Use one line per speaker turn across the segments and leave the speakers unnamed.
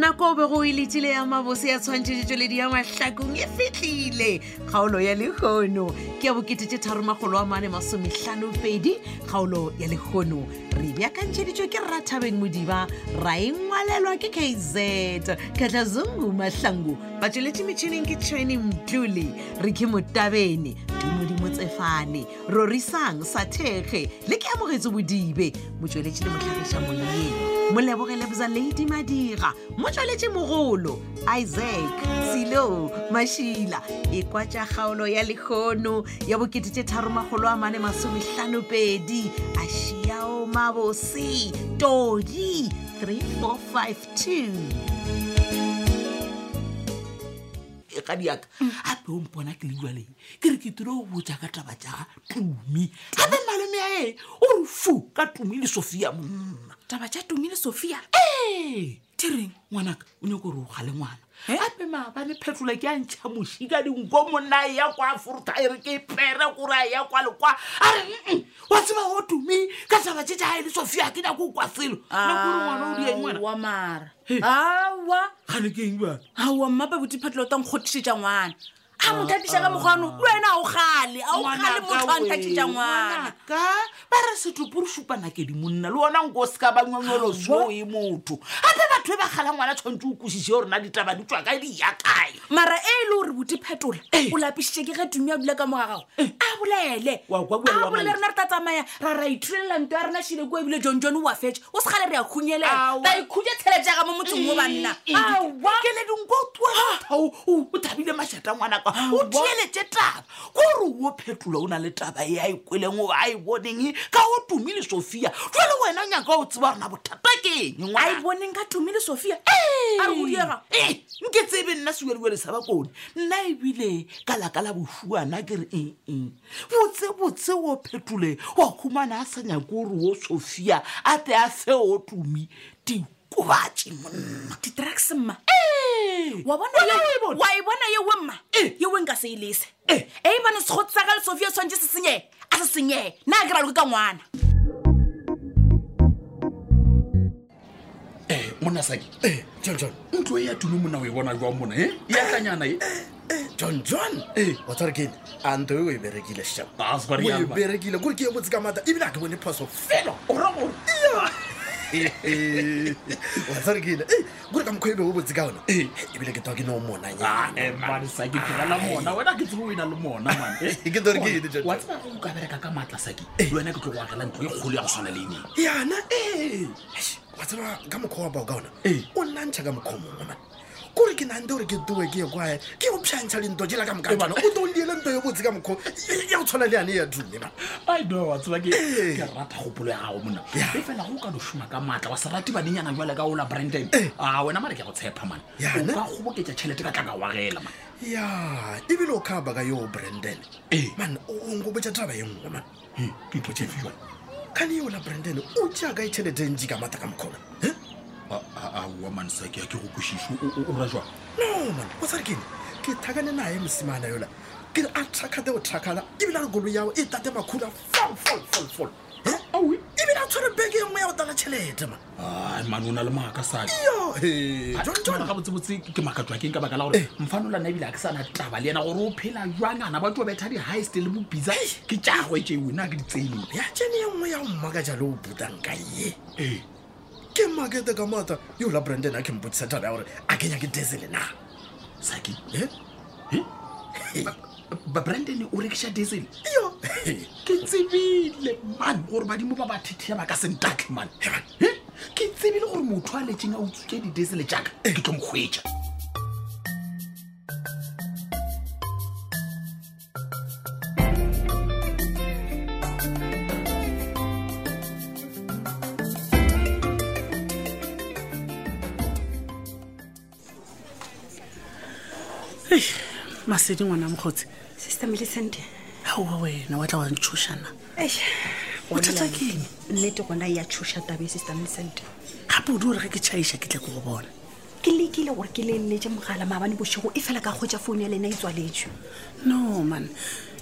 e letile ya mabose ya tshwantšhetšetšweledi ya mahlakong e fitlhile kgaolo ya lekgono ke ya boketete tharomagolo a mane masometlhanopedi kgaolo ya lekgono re beakantšheditšwe ke rathabeng modiba ra engwalelwa ke kz katlazungu mahlangu ba tsweletše metšhineng ke training mtlole re ke motabene dumodimo tsefane rorisang sathege le ke amogetse bodibe motsweletše le motlhagiša moyeng molebogele bza ladi madira motsweletše mogolo isaac selo mašila e kwa tša kgaolo ya lekgono ya boketete tharomagolo a mane masomehlanopedi a šiao mabose todi 3452
e gadi yaka gape o mpona ke ledualeng ke re ke tire go botsa ka taba jaga tumi gape malome a e ore fu ka tumi le sophia monna
taba tša tumi le sophia
ee
thereng
ngwanaka o nyako ore o gale ngwana
Eh?
gape maabane phetola ke a ntšha mosika dinko monna a ya kwa forta e re ke pere kore a ya kwa lekwa a re "Mm, wa tseba go tumi ka taba tse tsa gae le sophia ke nyako o kwa selo nakore ngwana o dieng ngwana
Ah. wa mara
He.
awa
gane ke eng bane
awa mmape botiphatelo tang kgothisetša ngwana a mothapiša ka mokgwano le wena a o gale a o gale motho a nthathiša ngwana
ka ba re setopo re supanakedi monna le ona nko o seka ba ngwangwelosoo e motho gape batho e ba kgala ngwana tshwanetse o kosise gore na ditaba di tswa ka di ya kae
mara e e le gore botiphetola
Eh.
o lapišitše ke ge tumi a dula ka moga gago a bolele
Wa kwa buela wa
a bolele
mantšu.
rena re ta tsamaya ra ra ithulelela nto ya rena šile kuo ebile john john o a fetše o segale re a khunyelela
Aowa.
ra ikhutse tšhelete ya ka mo motseng o banna awa Ah.
keledinko tuao o thabile mašata ngwanaka o tieletse taba kore o phetola o na le taba e a e kweleng o a e boneng ka o tumile sophia jale wena o nyaka o tseba rona bothata ke
a
eng ngwana?
e boneng ka tumi le sophia
Ee.
a re go diega
Ee, Eh, nke tsebe nna sewelewele sa bakone nna ebile ka laka la bofuana ke re eh, eng botsebotse o phetole wa khumana a sa nyake ore o sophia a te a fe o tumi dikobatse monna
di-drugs mma
Ee,
wa bona
wena
ye-
o e bona?
wa e bona yewe mma
Eh.
yewe nka se e lese
Eh.
e e bone segotse sa ka le sophia tshwanetse se senyege a se senyege nna a ke ra loke ka ngwana
Eh, monna saki john john ntlo e ya tume monna o e bona jwang mona e e atlanyana e
Eh,
john john
Eh.
wa tshware kene a nto o e berekile shap
Ah,
o
skwari
e
yamba.
berekile kore ke e botse ka mata ebile a ke bone phoso fela
oragore
wa tshware kene kore ka mokgwa e be o botse ka ona
Eh.
ebile ke twa ke ne o
Ah.
monanyana
mane saki phela mona wena ha ke tsebo o e na le mona mane
Ke tlo re ke ete, John John?
wa tseba o ka bereka ka maatla saki le wena ke tlo go agela ntlo e kgolo ya go tshwana le eneng
yana ee wa tseba ka mokgwa wa bao ka ona
Eh.
o nna ntšha ka mokgwa o mongwe mane kore ke nante gore ke towe ke ye kwae ke o pšhantšha le nto jela ka moka tsona o to liele nto yo botse ka mokgwa e- ya go tshwana le yane e ya dume ma
i no wa tseba ke
Eh.
ke rata gopolo ya gago monna
Yeah.
e fela go ka no šoma ka maatla wa se rate banenyana jale ka ola branden
Eh.
a wena mare ke a go tshepa mane
Yeah,
o
ne?
ka kgoboketsa tšhelete ka tlaka wagela mane
ya ebile o ka baka yoo branden
Eh.
man o nkobotsa taba e nngwe man
Hmm, ke e ipotšefe jale
kane yola branden o jaaka e tšhelete ntsi ka mata ka mokgona
aowa manesaki a ke go kwešiše o ra jwang
no man o tsare kene ke thakane naye mosimana yola ke re a thakate o thakala ebile a re kolo yao e tate makhula folfolfolfol
Aowe.
ebile a tshwere beke e nngwe ya go tala tšhelete ma
ai mane o na le maaka sale
yo he john Eh. john
gabotsebotse ke makatwa keng ka baka la gore mfanolana ebile a ke sana taba le ena gore o phela jwang ana batho ba betha di-highst le bopitsa
Eh.
ke e tjagwe tseo na ke di tseile
ya tšene e nngwe ya go mmaka jalo o butang ka ye
ee
ke makete ka mata yola branden a ke mpodisa taba ya gore a kenya ke desele na
saki
Eh?
branden o rekiša diesel
yo
ke tsebile mane gore badimo ba ba thethea ba ka sentatle mane ke tsebile gore motho a letseng a utswitse di-diesel jaaka ke tlo mokgwetsa
masedi ngwana mogotse
sister millicent
aowa wena wa tla wa ntshošana
Eish,
bothata ke eng
nnete gona e a tshoša tabe sister millicent
gape o di gore ge ke tšhaiša ke tle ke go bona
ke lekile gore ke le nnetse mogala maabane bošego e fela ka kgwetsa founu ya lena e tswaletswe
no man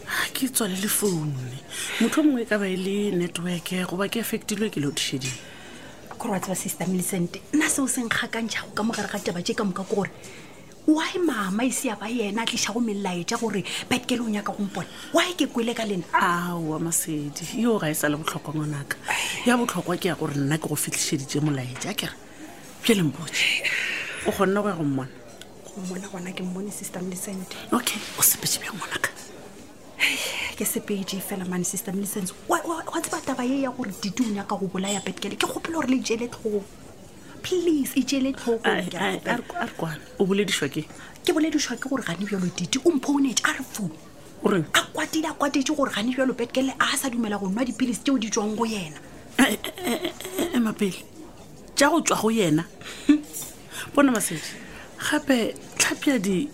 ga ke tswale le foune motho o mongwe e ka ba e le network goba ke affectilwe ke loadshedding
kore wa tseba sister millicent nna seo se nkgakantšhago ka mogare ga taba tše ka moka ke gore why mama e sea ba yena a tlišago melaetša gore batkele o nyaka gompona why ke kwele ka lena
aowa masedi yo ga e sa le botlhokwa ngwanaka ya botlhokwa ke ya gore nna ke go fitlhišeditše molaetše a kere bje lempotse o kgonna go ya go mmona
go mmona gona ke mmone sister millicent
okay o sepetse bja ngwanaka
ke sepage fela mane sister millicent wa wa- wa tseba taba ye ya gore didi o nyaka go bolaya batkele ke kgopela gore le itšele tlhogo please itšele tlhogo
Ai,
ke a
ai,
kgopela.
a re a re kwane o boledišwa ke
ke boledišwa ke gore gane bjalo didi o mphounetse a re fu
o reng
a kwatile a kwatetse gore gane bjalo betkele a sa dumela go nwa dipilisi tseo di tswang go yena
emapele tja Eh, go tswa go yena bona masedi gape tlhapjadi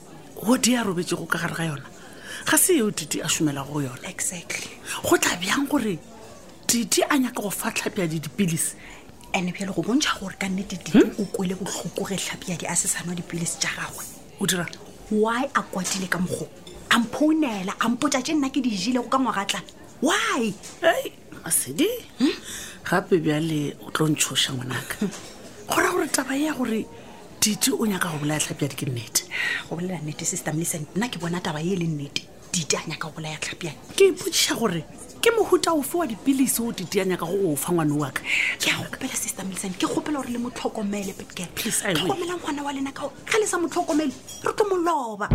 go di a robetsego ka gare ga yona ga se eo didi a somela go yona
exactly
go tla bjang gore didi a nyaka go fa tlhapjadi dipilisi
and bjale go bontšha gore ka nnete
Hmm?
didi o kwele botlhoko ge tlhapiadi a se sa nwa dipilisi tša gagwe
o dirang
why a kwatile ka mokgo a mphounela a mpotsa tše nna ke dijilego ka ngwagatlan why
ei masedi gape bjale o tlo ntshoša ngwanaka go raya gore taba e ya gore didi o nyaka go bolaya tlhapjadi ke nnete
go bolela nnete sister mlisen nna ke bona taba ye e le nnete dite a nyaka go bolaya tlhapiane
ke ipotšiša gore ke mohuta ofe wa dipilisi o didi a nyaka go o fa ngwane waka
ke a gopela sister mlisen ke kgopela gore le mo tlhokomele petgal
Please, I will.
tlhokomelang ngwana wa lena kao ga le sa mo tlhokomele re tlo moloba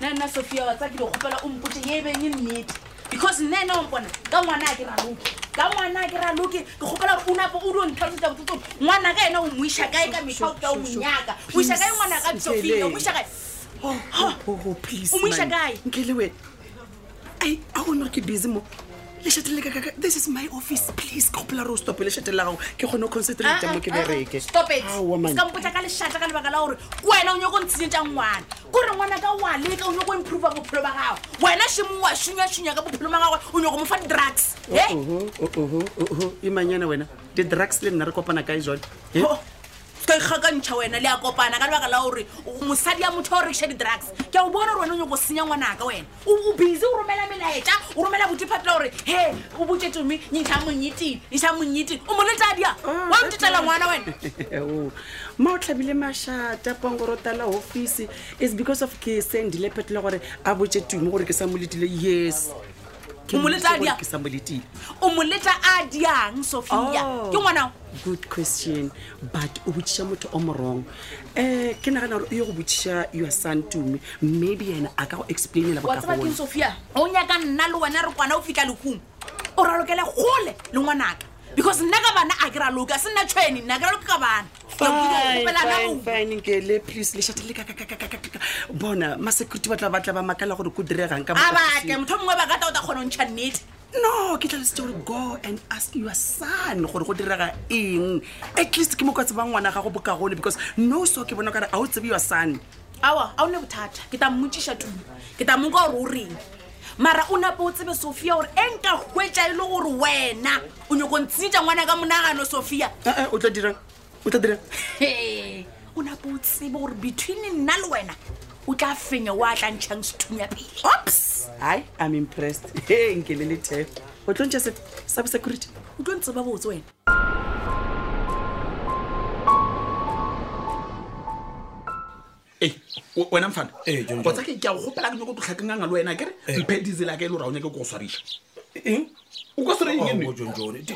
nna nna sophia wa tsa ke dikgopela o mpotse ye beng e nnete because nna ene ompona ka ngwana a ke raloke ka ngwana a ke raloke ke kgopela gore o napo o dio ntlhalosetsa botsotso ngwana ka ene o moisa kae ka metlha o tla o monyaka moisa kae ngwana ka sophia o moisa kae
please
o moisa
man.
kae
nkele wena ai a one gore ke busy mo lešhate le kakaka this is my office please ka gopola gore o stope lešhate la gago ke kgone
Ah,
go concentrate mo ke bereke Aowa, man.
stopetsekampotsa ka lešata ka lebaka la gore ke wena o nyako ntshenyetsa ngwana kore ngwana ka wa leka o nyako improva bophelo ba gagwe wena shimo wa shunyashunya ka bophelo ba gagwe o nyako mo fa drugs e
Oho, oho, oho, imanyana wena di-drugs le nna re kopana kae jale
ka ikgakantšha wena le a kopana ka lebaka la gore o- mosadi ya motho wa rekiša di-drugs ke a o bona gore wena o nyako senya ngwanaka wena o busy o romela melaetša o romela botifatela gore he o botse tumi nyiša monnyeteng nyiša monnyeteng o mo letadia wa o tetlela ngwana wena
ma o tlhabile mašata pongoro tala office is because of ke sendile phetolo gore a botse tumo gore ke sa moletile yes Ke
O mo
mmotse
letsa
gore
dia?
ke sa moletile
o mo leta a diang sophia
Oh.
ke ngwanao
good question but o botsiša motho o morong um ke nagana gore o ye go botsiša your son tumi maybe yena a ka go explainela
wa tseba keng sophia o nyaka nna le wena re kwana o fitlha lekhumo o ralokele gole le ngwanaka because nna ka bana a ke raloke a se nna tshweni nna ke raloke ka bana Ke a o kgopela nna o-
nkele please lešhatele kakakakakaka bona masecurity batla batla ba makala gore ko diregang ka
a
mo
batle motho mongwe ba tota kata o ta kgona o ntšha nnete
no ke tlhalosetse gore go and ask your son gore go direga eng at least ke mokotse ba ngwana gago bokagole because no so ke bona kare a o tsebe your son
aa a o ne bothata ke ta mmotsiša tumo ke ta moka gore o reng mara o nape o tsebe sophia gore e nka hwetša e le gore wena o nyako ntsenetša ngwana ka monagano sophia
ee Eh, o tla dirang o tla dirang
He, o nape o tsebe gore between nna le wena o tla fenya o a tla ntšhang sethunya pele ops
hi i'm impressed e nkele le tefo o tlo ntšha sete sa bosecurity
o tlo ntse ba botse wena
ee we- wena mfana o tsa ke ke a go gopela ke nyako tlotlhakanganga le wena kere mphe disele aka e le ra o nyake ko go swariša o ka
Oh,
sware eng ene?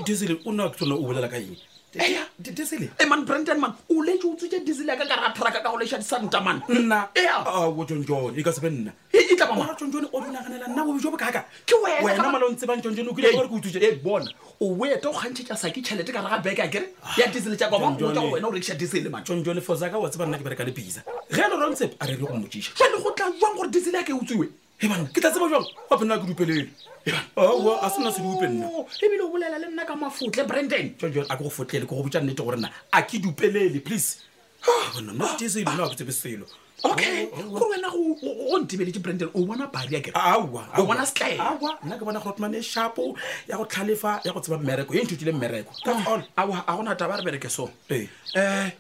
disele o nna ke tsone o bolela ka eng
Eya.
Di- disele
e man branton man o letse o tswetse disele aka ka ratharaka ka go lesa disanta man
nna
ea
Ao, John John, e ka sebe nna
e e tla bangwa
ora tsontsone o di naganela nna bobe jo bo kaka
Ke wena ka
wena
ba-
mala o ntse bang tsontsone o kile gore ke utsutse
e bona o boeta o kgantšhetša sa ke tšhelete ka re ga beke akere ya disele tšaka
John
bamotsa
John,
go wena o rekisa disele man
John John, for zaka wa tseba nna ke bereka le bisa ge e le rontsepe a re re go mmotsiša
jale go tla jwang gore disele aka e utswiwe
e banna ke tla tseba jang gape nna ha ke dupelele aa a se nna se dupe nna
Oh, ebile o bolela le nna ka mafotle branton
John John, a ke go e fotlele ke go botsa nnete gore na a ke dupelele please Ah, bonna, nna ke tee selo, nna ha ke tsebe selo
okay gore wena go- go go ntebeletse branden o bona bari akere o bona setlaela
awa nna ke bona gorotmane shapo ya go tlhalefa ya go tseba mmereko e nthutile mmereko
Ah.
That's all.
aa a gona taba re bereke so
Ee.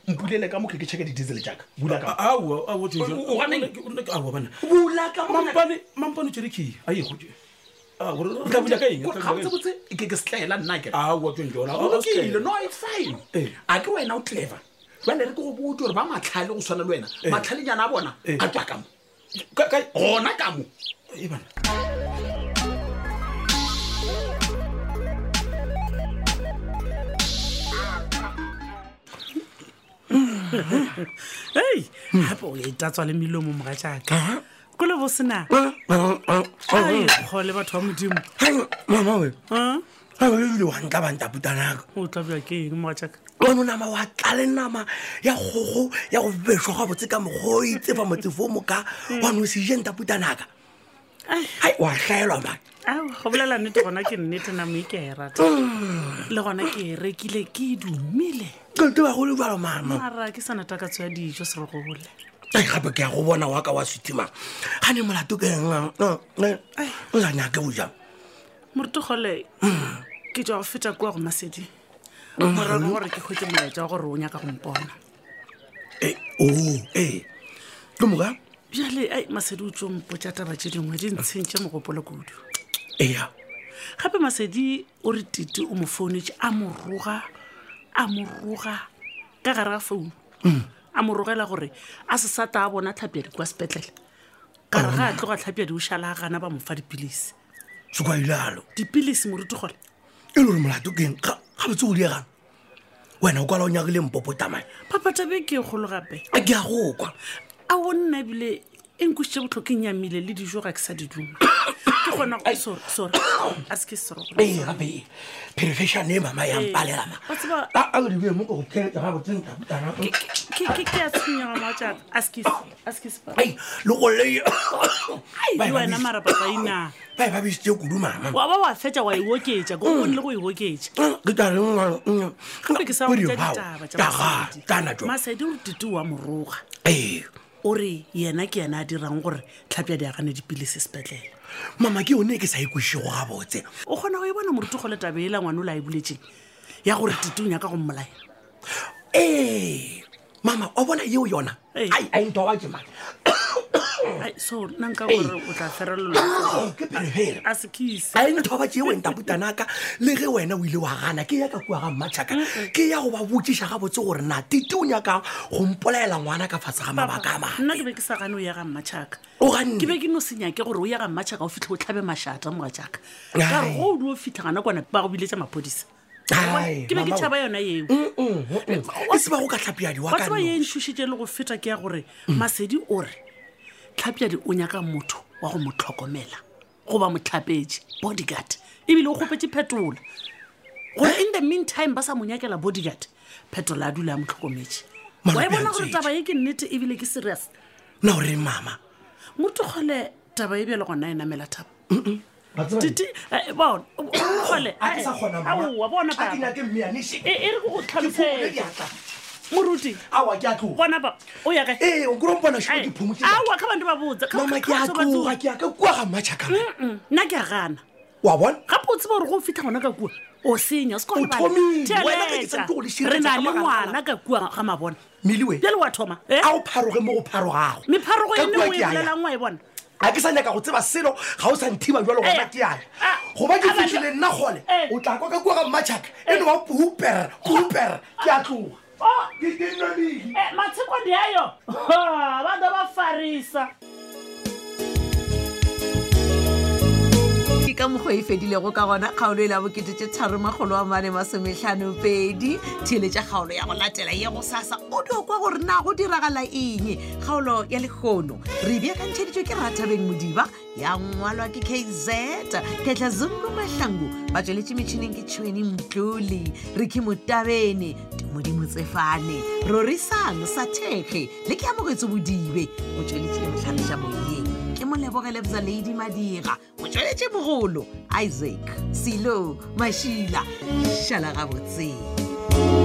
um mpulele ka motlhe ke checke di-diesel jaaka bula ka
awa awa Jojo.
O- o- o ganeng?
O- o- o- awa bana
bula ka
mampane mampane o tsere key ae go tla bula ka eng? O tla bula ka eng
gabotsebotse ke ke setlaela nna akere
awa tsonjona
olokile no it's fine
Eh.
a ke wena o clever jale re ke go bote gore ba matlhale go tshwana le wena matlhalenyana a bona
Eh.
a tswa kamo gona kamo
ei gape o ya itatswa le melomo moga jaaka ko le bo sena kgole batho ba modimo
mamawe
Ah,
abeile wantla bantaputanaka
o tlabja ke eng moga jaaka
ono nama wa tlale nama ya kgogo ya go beswa gabotse ka mokgwa o itsefa motsefo moka
Hmm.
wane o seje ntaputanaka hai wa hlaelwa mane
ao go bolela nnete gona ke nnete namo e ke a e rata le gona ke e rekile ke e dumile
kote ba gole jalo mama
mara ke sana takatso ya dijo se re go bole
ai gape ke ya go bona wa ka wa sutimang ga ne molato ke eng Ah, eh, o sa nyake go jang
morutegole ke tswa go feta kua go masedi morago gore ke kgwetse molaetsa wa gore o nyaka go mpona
Eh, oo ee ke moka
bjale ai masedi o tswo mpotsa taba tse dingwe di ntshentše mogopolo kudu
ea
gape masedi o re tite o mo founetse a moroga a moroga ka gare ga founu a mo rogela gore a se sata a bona tlhapiadi kwa sepetlele ka re ga a tloga tlhapiadi o šhala a gana ba mo fa dipilisi
sekwailalo
dipilisi morutugole
e le gore molato ke eng ga ga botse go diegana wena o kwala o nyakile mpopo tamane
papatabe ke e kgolo gape
a ke a go kwa
a o nna ebile e nkositse botlhokeng ya mmele le dijo ga ke sa di duma ke gona go- sorry, sorry. a se ke serogo
ee gape perfection e mama
Ee.
yampalelama
Wa tseba-
a odibee mo ko go keletsa ga botsentabutana
ke ke- ke- ke a tshwenyaga majaaka a se ke sepaa
ai le go leye
le wena marapapa ina
ba e ba bisitse kudu mama Ah,
wa ba wa fetsa wa e oketsa ko gonne le go e oketsa
ke
gape ke sa
tareo
gotsa ditaba tsa
taga tana
masedi
jo
masedi o tite wa moroga
ee
o re yena ke yena a dirang gore tlhapja di agane dipilisi sepetlele
mama ke yone e ke sa ikwešego gabotse
o kgona go e bona morutugo le tabe ela ngwane o le a e buletseng ya gore tite o nyaka go mmolaela
ee mama wa bona yeo yona
Ee.
ai a ntowa ke mane
Ai, so nna nka gore o tla ferelolwa
ke perefere
a sekise
a e ntho ba tsee wentaputanaka le ge wena o ile wa gana ke ya ka kua ga mmatšhaka ke ya go ba botsiša gabotse gore na tite o nyakang go mpolaela ngwana ka fatshe ga mabaka a mane
nna ke be ke sa gane o ya ga mmatšhaka
O ganne?
ke be ke no senyake gore o ya ga mmatšhaka o fitlhe o tlhabe mašata moga jaaka ka re
Ai.
go o di o fitlha gana kwana ba go biletsa maphodisa
Ai,
ke be ke
mama-
tšhaba yona eo
e se ba go ka tlhapiadi wa
wa
ka
tseba ye
nnoši.
ntšhošitše le go feta ke ya gore masedi o re tlhapjadi o nyaka motho wa go mo tlhokomela goba motlhapetše bodyguard ebile o kgopetse phetola gore in the meantime ba sa mo nyakela bodyguard phetola a dula a mo tlhokometse
Malope
wa e
a
bona gore
ntswetše.
taba ye ke nnete ebile ke serious
nna o reng mama
motokgole taba e bjale gona e namela thaba
Tite-
eh,
a ke sa kgona, mama.
wa eh, bona
A ke
papa.
nyake mmeanishe.
e e re ke go
Ke foune
tlhalosetse
diatla.
moruti
Awa, ke a tloga
bona ba o ya kae
ee o kore mpona šwa
Ai,
diphomo tse
aowa kha bantu ba botsa kha-
mama
kha-
ke a
kha batho ba
tloga ke aka kua ga mmatšhakame
tsoga. Mm, nna ke a gana
wa bona
gape o tseba gore go fitlha gona ka kua o senya o se ka
O
lebala.
thomile,
Theletša.
wena ge ke sa ntse o le
re
šireletša
na
ka
le
baka la
ngwana ka kua ga mabona
meliwe
bjale wa thoma eh?
a o pharoge mo go pharogago
mepharogo
Ka
ene
kua
o e
ke a ya.
bolelang wa e bona
a ke sa nyaka go tseba selo ga o sa nthiba jalo gona
Eh,
ke aya
ah,
goba ke
a ba-
fitlhile nna gole
Eh.
o tla kwa ka kua ga mmatšhaka e ne wa puhupera puhupera ke a tloga
Oh.
Ke tenamile.
Eh, matsiko ndi ayo vha ḓo vha farisa
ke ka mokgwa e fedilego ka gona kgaolo e la boketete tharomagolo a mane masometlhanopedi theletša kgaolo ya go latela ye go sasa o dokwa gore na go diragala eng kgaolo ya lekgono re beakantšheditšwe ke rathabeng modiba ya ngwalwa ke kz ketla zungu mahlangu ba tsweletše metšhineng ke tšhweni mtlole re ke motabene modimo tsefane rorisang sa thekge le ke amogetse bodibe o tsweletše le motlhaloša moyeng ke molebogelebza ladi madira o tsweletše mogolo isaac selo mašila šala gabotse